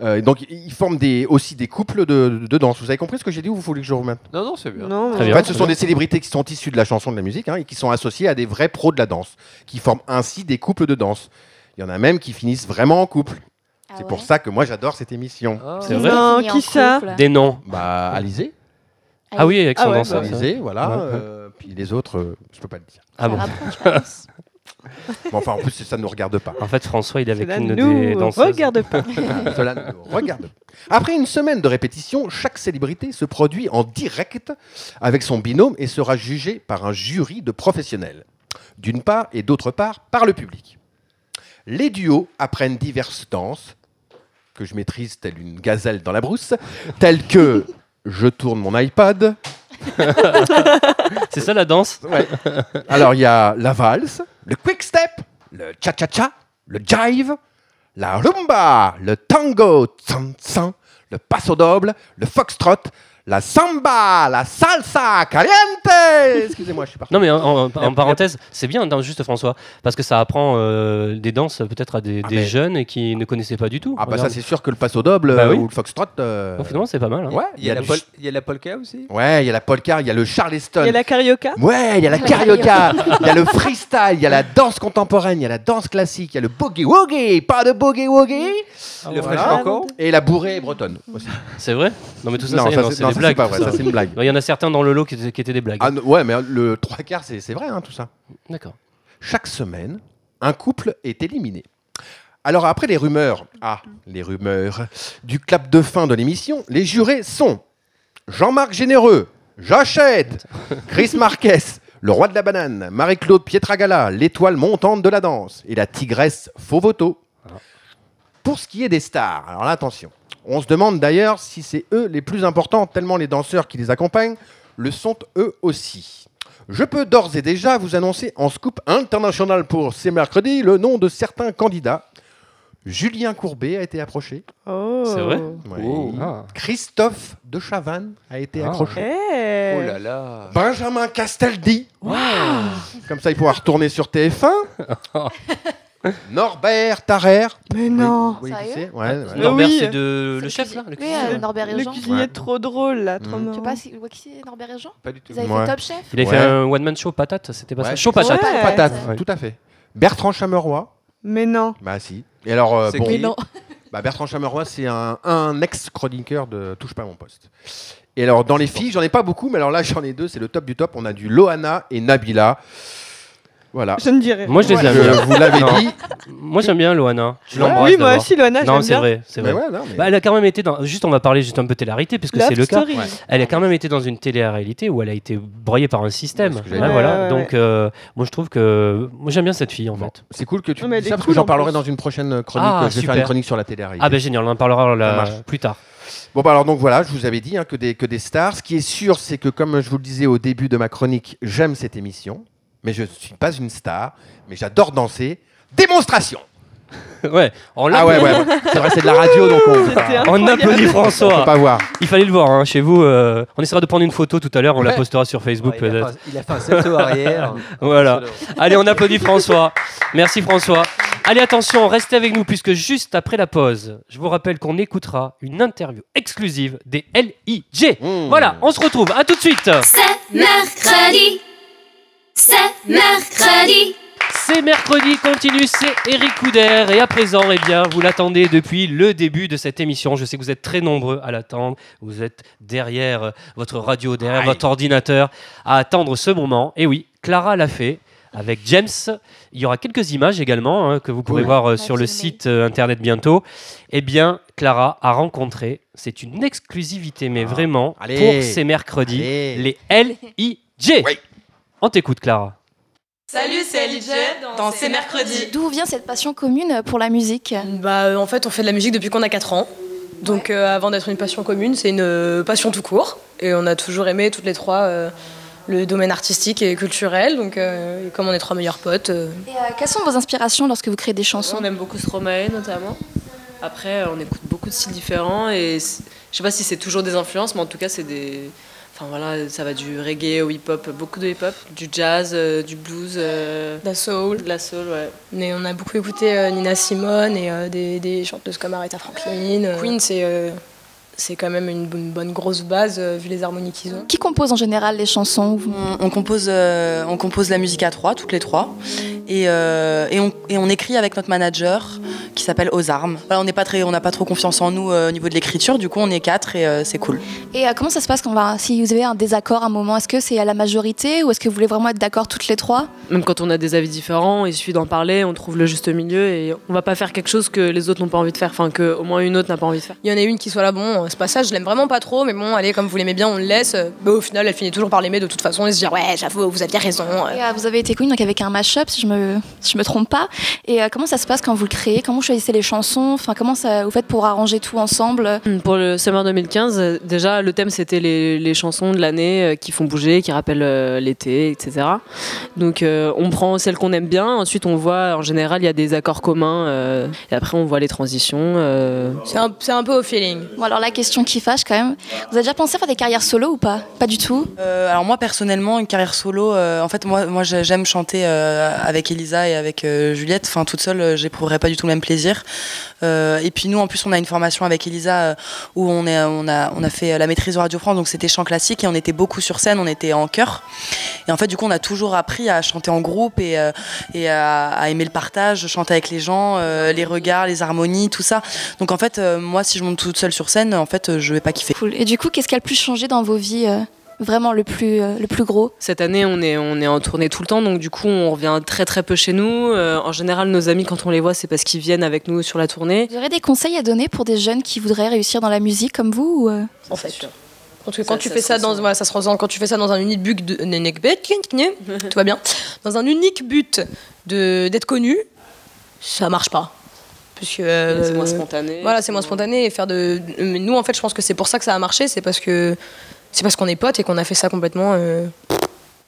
D: euh, donc ils forment des, aussi des couples de, de danse. Vous avez compris ce que j'ai dit ou vous voulez que je remette
G: Non, non, c'est bien.
E: Non,
C: Très
E: mais-
D: En
C: bien.
D: fait, ce sont des célébrités qui sont issues de la chanson de la musique hein, et qui sont associées à des vrais pros de la danse, qui forment ainsi des couples de danse. Il y en a même qui finissent vraiment en couple.
F: Ah
D: C'est
F: ouais.
D: pour ça que moi j'adore cette émission.
G: Ah,
C: C'est vrai
E: Non,
F: Fini en
E: qui ça
F: couple.
C: Des noms.
D: Bah Alizé,
C: Ah oui, avec
E: Ah
C: son
E: ouais,
C: danseur.
E: bah
C: ça.
D: Alizé, voilà.
C: Ouais, ouais.
D: euh, puis les autres, euh, je peux pas le dire.
C: Ah bon.
F: Ça rapproche, je pense.
D: Mais enfin, en plus ça ne nous regarde pas.
C: En fait, François, il est avec
E: Cela
C: une des
E: nous
C: danseuses.
E: regarde pas.
D: Cela ne nous regarde. pas. Après une semaine de répétition, chaque célébrité se produit en direct avec son binôme et sera jugée par un jury de professionnels, d'une part et d'autre part par le public. Les duos apprennent diverses danses que je maîtrise telle une gazelle dans la brousse, telles que je tourne mon iPad.
C: C'est ça la danse
D: Alors il y a la valse, le quick step, le cha-cha-cha, le jive, la rumba, le tango, tsan, tsan, le passo doble, le foxtrot, la samba, la salsa caliente. Excusez-moi, je suis parti.
C: Non mais en, en- en parenthèse, c'est bien, non, juste François, parce que ça apprend euh, des danses peut-être à des,
D: Ah,
C: des
D: mais-
C: jeunes qui ne connaissaient pas du tout.
D: Ah bah ça
C: Regarde.
D: c'est sûr que le passo doble
C: Bah
D: euh,
C: oui.
D: ou le foxtrot. euh,
C: Donc, finalement, c'est pas mal. hein.
D: Ouais,
G: Il y a, la
D: du
G: pol-
D: ch-
G: il y a la polka aussi
D: Ouais, il y a la polka, il y a le charleston.
E: Il y a la carioca.
D: Ouais, il y a la
F: La
D: carioca, il y a le freestyle, il y a la danse contemporaine, il y a la danse classique, il y a le boogie woogie, pas de boogie woogie, voilà.
G: Le French Franco
D: et la bourrée bretonne. aussi.
C: C'est vrai Non mais tout ça,
D: non,
C: c'est-
D: ça,
C: non,
D: c'est-
C: c'est
D: non,
C: des
D: ça,
C: blagues.
D: c'est pas
C: tout
D: vrai, ça,
C: ça.
D: c'est une blague.
C: Il y en a certains dans le lot qui, étaient- qui étaient des blagues.
D: Ah, non, ouais, mais le trois quarts, c'est c'est vrai, hein, tout ça.
C: D'accord.
D: Chaque semaine, un couple est éliminé. Alors après les rumeurs, ah, les rumeurs du clap de fin de l'émission, les jurés sont Jean-Marc Généreux, J'achète, Chris Marquez, le roi de la banane, Marie-Claude Pietragala, l'étoile montante de la danse et la tigresse Fauvoto. Pour ce qui est des stars, alors là attention, on se demande d'ailleurs si c'est eux les plus importants, tellement les danseurs qui les accompagnent le sont eux aussi. Je peux d'ores et déjà vous annoncer en scoop international pour ce mercredi le nom de certains candidats. Julien Courbet a été approché.
E: Oh.
C: C'est vrai
D: Ouais.
C: Ah.
D: Christophe de Chavannes a été
G: Ah.
D: accroché.
E: Eh.
G: Oh là là
D: Benjamin Castaldi. Ah. Comme ça, il pourra retourner sur TF1. Norbert Tarrer.
E: Mais non.
D: Oui,
F: Sérieux
D: c'est- ouais, ouais.
E: Non.
C: Ah, Norbert,
E: oui.
C: c'est de le chef là, le
F: Oui,
C: cuisinier.
F: euh, Norbert et
E: Le
F: Jean.
E: cuisinier trop drôle là,
F: Tu
D: Mm.
E: trop
F: sais
E: marrant.
F: pas si- ouais, qui c'est Norbert et Jean
G: Pas du tout.
F: Vous avez
D: Ouais.
F: fait Top Chef
C: Il a fait
D: Ouais.
C: un one man show patate, c'était pas ça
D: Ouais.
C: Show patate.
E: Ouais.
D: Patate,
C: Ouais.
D: tout à fait. Bertrand Chameroy.
E: Mais non.
D: Bah si. Et alors, euh,
G: C'est
D: bon,
G: qui
F: non.
D: bah, Bertrand Chameroy, c'est un, un ex-chroniqueur de Touche pas à mon poste. Et alors, dans les filles, j'en ai pas beaucoup, mais alors là, j'en ai deux, c'est le top du top. On a du Loana et Nabila. Voilà.
E: Je ne dirais.
C: Moi je les aime
D: Je
C: bien.
D: vous l'avez
C: Non.
D: dit.
C: Moi j'aime bien Loana. Je
D: Ouais.
C: l'embrasse
E: Oui, moi
C: d'abord.
E: aussi, Loana,
C: Non,
E: j'aime
C: c'est
E: bien.
C: vrai, c'est
D: Mais
C: vrai.
D: ouais, non, mais-
C: Bah, elle a quand même été dans. Juste, on va parler juste un peu de télarité, puisque
E: Love
C: c'est le cas.
E: Story.
D: Ouais.
C: Elle a quand même été dans une télé-réalité où elle a été broyée par un système.
D: C'est ce que j'allais
C: Ah,
E: dire.
C: voilà.
E: Ouais, ouais,
C: Donc, euh, moi, je trouve que. Moi, j'aime bien cette fille, en
D: Bon,
C: fait.
D: C'est cool que tu
E: Non, mais
D: dis ça
E: elle est
D: parce que
E: cool,
D: j'en
E: en
D: parlerai
E: plus.
D: dans une prochaine chronique.
C: Ah,
D: euh, je vais faire
C: super.
D: une chronique sur la télé
C: Ah, ben génial, on en parlera là-
D: Ça marche.
C: plus tard.
D: Bon, bah alors donc voilà, je vous avais dit hein, que, des, que des stars. Ce qui est sûr, c'est que comme je vous le disais au début de ma chronique, j'aime cette émission, mais je ne suis pas une star, mais j'adore danser. Démonstration
C: ouais, on l'a-
D: Ah ouais, ouais, ouais. c'est vrai, c'est de la radio, donc on
E: C'était
D: ne
E: un-
C: On applaudit
D: peut
C: François.
D: pas voir.
C: Il fallait le voir hein, chez vous. euh, on essaiera de prendre une photo tout à l'heure. On la
G: Ouais.
C: postera sur Facebook
G: Ah, il, a
C: peut-être.
G: fait, un- il a fait un salto arrière.
C: Voilà. Allez, on applaudit François. Merci François. Allez, attention, restez avec nous puisque juste après la pause, je vous rappelle qu'on écoutera une interview exclusive des LIJ.
D: Mmh.
C: Voilà, on se retrouve. À tout de suite.
B: C'est mercredi. C'est mercredi.
C: C'est mercredi continue, c'est Eric Couder et à présent, eh bien, vous l'attendez depuis le début de cette émission. Je sais que vous êtes très nombreux à l'attendre. Vous êtes derrière euh, votre radio, derrière votre ordinateur, à attendre ce moment. Et oui, Clara l'a fait avec James. Il y aura quelques images également hein, que vous pourrez
D: Oui.
C: voir euh, sur le
F: Absolument.
C: site euh, internet bientôt. Eh bien, Clara a rencontré. C'est une exclusivité, mais
D: Ah.
C: vraiment
D: Allez.
C: pour ces mercredis
D: Allez.
C: les LIJ.
D: Oui.
C: On t'écoute, Clara.
H: Salut, c'est LJ dans C'est mercredi.
F: D'où vient cette passion commune pour la musique
H: Bah, euh, en fait, on fait de la musique depuis qu'on a 4 ans. Donc, euh, avant d'être une passion commune, c'est une euh, passion tout court. Et on a toujours aimé toutes les trois euh,
J: le domaine artistique et culturel. Donc, euh, comme on est trois meilleurs potes, euh,
F: Et, euh, quelles sont vos inspirations lorsque vous créez des chansons
J: on aime beaucoup Stromae notamment. Après, euh, on écoute beaucoup de styles différents et c'est- je sais pas si c'est toujours des influences, mais en tout cas, c'est des. Enfin voilà, ça va du reggae au hip-hop, beaucoup de hip-hop, du jazz, euh, du blues, de la soul, de la soul, ouais. Mais on a beaucoup écouté euh, Nina Simone et euh, des, chanteuses comme Aretha Franklin.
F: euh,
J: Queen, c'est euh, c'est quand même une, bonne grosse base euh, vu les harmonies qu'ils ont.
F: Qui compose en général les chansons
K: Mhm. On, on compose, euh, on compose la musique à trois, toutes les trois, et, euh, et on, et on écrit avec notre manager qui s'appelle Aux Armes. Voilà, on n'est pas très, on n'a pas trop confiance en nous euh, au niveau de l'écriture, du coup on est quatre et euh, c'est cool.
F: Et euh, comment ça se passe quand on va, si vous avez un désaccord à un moment Est-ce que c'est à la majorité ou est-ce que vous voulez vraiment être d'accord toutes les trois
L: Même quand on a des avis différents, il suffit d'en parler, on trouve le juste milieu et on va pas faire quelque chose que les autres n'ont pas envie de faire, enfin que au moins une autre n'a pas envie de faire.
J: Il y en a une qui soit là, bon, euh, ce passage, je l'aime vraiment pas trop, mais bon, allez, comme vous l'aimez bien, on le laisse. Euh, Bah, au final, elle finit toujours par l'aimer de toute façon et se dire, ouais, j'avoue, vous aviez raison. euh.
F: Et, euh, Vous avez été connue donc avec un mashup, si je me, si je me trompe pas. Et euh, comment ça se passe quand vous le créez Comment vous choisissez les chansons Enfin, comment ça, vous faites pour arranger tout ensemble
J: Hmm.
L: Pour le Summer 2015, euh, déjà le thème c'était les, les chansons de l'année euh, qui font bouger, qui rappellent euh, l'été, etc. Donc euh, on prend celles qu'on aime bien, ensuite on voit en général il y a des accords communs euh, et après on voit les transitions. euh.
J: C'est un, c'est un peu au feeling.
F: Bon, alors la question qui fâche quand même. Vous avez déjà pensé à faire des carrières solo ou pas Pas du tout.
K: Euh, alors moi personnellement, une carrière solo, euh, en fait moi, moi j'ai- j'aime chanter euh, avec Elisa et avec euh, Juliette. Enfin toute seule, euh, j'éprouverais pas du tout le même plaisir. Euh, et puis nous en plus on a une formation avec Elisa euh, où on, est, on, a, on a fait euh, la maîtrise au Radio France, donc c'était chant classique et on était beaucoup sur scène, on était en chœur. Et en fait du coup on a toujours appris à chanter en groupe et, euh, et à, à aimer le partage, chanter avec les gens, euh, les regards, les harmonies, tout ça. Donc en fait euh, moi si je monte toute seule sur scène, en fait euh, je vais pas kiffer.
F: Cool. Et du coup, qu'est-ce qui a le plus changé dans vos vies euh, Vraiment le plus, euh, le plus gros
L: Cette année, on est, on est en tournée tout le temps, donc du coup, on revient très très peu chez nous. Euh, en général, nos amis, quand on les voit, c'est parce qu'ils viennent avec nous sur la tournée.
F: Vous aurez des conseils à donner pour des jeunes qui voudraient réussir dans la musique comme vous ou, euh,
J: En fait. Parce que quand tu fais ça, dans voilà, ça se ressent. Quand tu fais ça dans un unique but de ne- ne- ne- tout va bien. Dans un unique but de d'être connu, ça marche pas. Parce que, euh,
L: C'est moins spontané.
J: Voilà, c'est moins spontané et faire de. Mais nous, en fait, je pense que c'est pour ça que ça a marché. C'est parce que c'est parce qu'on est potes et qu'on a fait ça complètement euh,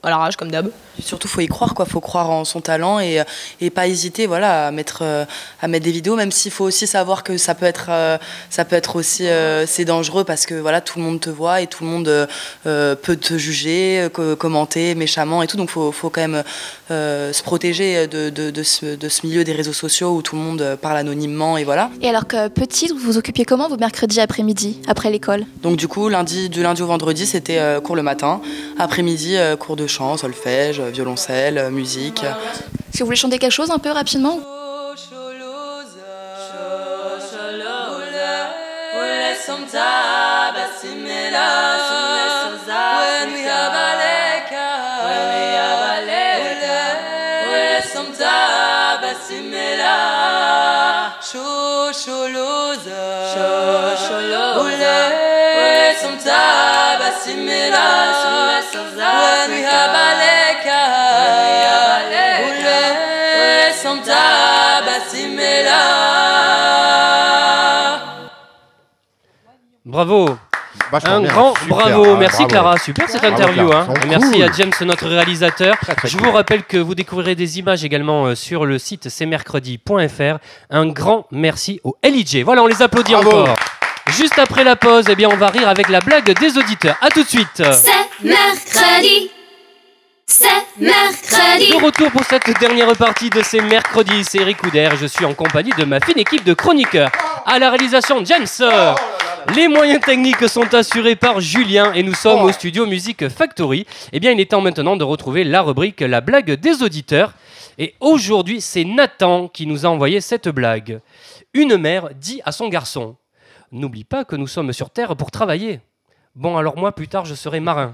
J: à l'arrache comme d'hab.
K: Puis surtout, faut y croire, quoi. Faut croire en son talent et, euh, et pas hésiter, voilà, à mettre, euh, à mettre des vidéos, même s'il faut aussi savoir que ça peut être, euh, ça peut être aussi, euh, c'est dangereux parce que voilà, tout le monde te voit et tout le monde euh, euh, peut te juger, euh, co- commenter méchamment et tout. Donc, faut, faut quand même euh, se protéger de, de- de ce, de ce milieu des réseaux sociaux où tout le monde euh, parle anonymement et voilà.
F: Et alors que petite, vous vous occupiez comment vos mercredis après-midi, après l'école
K: Donc du coup, lundi, du lundi au vendredi, c'était euh, cours le matin. Après-midi, euh, cours de chant, solfège, euh, violoncelle, euh, musique.
F: Est-ce que vous voulez chanter quelque chose un peu rapidement
C: Bravo
D: Vachement
C: Un
D: bien,
C: grand
D: super,
C: bravo,
D: hein,
C: merci
D: bravo.
C: Clara, super cette
D: Bravo,
C: interview.
D: Clara,
C: hein.
D: c'est
C: Merci
D: cool.
C: à James, notre réalisateur.
D: très
C: Je
D: cool.
C: vous rappelle que vous découvrirez des images également euh, sur le site cmercredi.fr. Un grand merci au LIJ. Voilà, on les applaudit
D: Bravo.
C: encore. Juste après la pause, eh bien, on va rire avec la blague des auditeurs. À tout de suite.
B: C'est mercredi. C'est mercredi.
C: De retour pour cette dernière partie de ces mercredis, c'est Eric Couder. Je suis en compagnie de ma fine équipe de chroniqueurs. À la réalisation, James. Les moyens techniques sont assurés par Julien et nous sommes au studio Music Factory. Eh bien, il est temps maintenant de retrouver la rubrique La blague des auditeurs. Et aujourd'hui, c'est Nathan qui nous a envoyé cette blague. Une mère dit à son garçon N'oublie pas que nous sommes sur Terre pour travailler. Bon, alors moi, plus tard, je serai marin.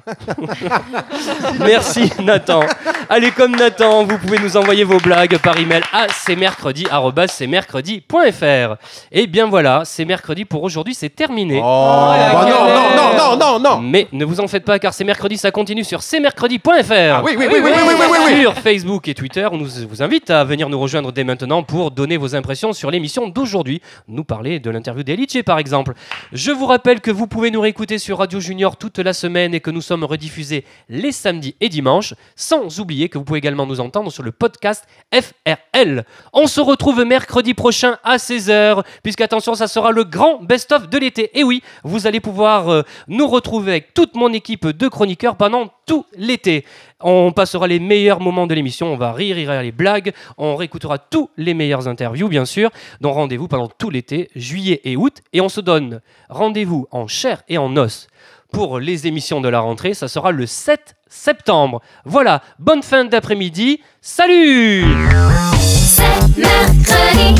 C: Merci Nathan. Allez, comme Nathan, vous pouvez nous envoyer vos blagues par email à cmercredi.fr. Et Eh bien voilà, c'est mercredi pour aujourd'hui, c'est terminé.
D: Oh, bah non, non, non, non, non, non.
C: Mais ne vous en faites pas car c'est mercredi, ça continue sur cmercredi.fr.
D: Ah oui, oui, oui, oui, oui, oui, oui, oui, oui.
C: Sur Facebook et Twitter, on nous- vous invite à venir nous rejoindre dès maintenant pour donner vos impressions sur l'émission d'aujourd'hui. Nous parler de l'interview d'Elitche par exemple. Je vous rappelle que vous pouvez nous réécouter sur Radio Junior toute la semaine et que nous sommes rediffusés les samedis et dimanches, sans oublier que vous pouvez également nous entendre sur le podcast FRL. On se retrouve mercredi prochain à 16h, puisque attention, ça sera le grand best-of de l'été. Et oui, vous allez pouvoir euh, nous retrouver avec toute mon équipe de chroniqueurs pendant tout l'été. On passera les meilleurs moments de l'émission, on va rire, rire à les blagues, on réécoutera tous les meilleures interviews, bien sûr. Donc rendez-vous pendant tout l'été, juillet et août, et on se donne rendez-vous en chair et en os pour les émissions de la rentrée. Ça sera le 7 septembre. Voilà, bonne fin d'après-midi. Salut
B: C'est mercredi.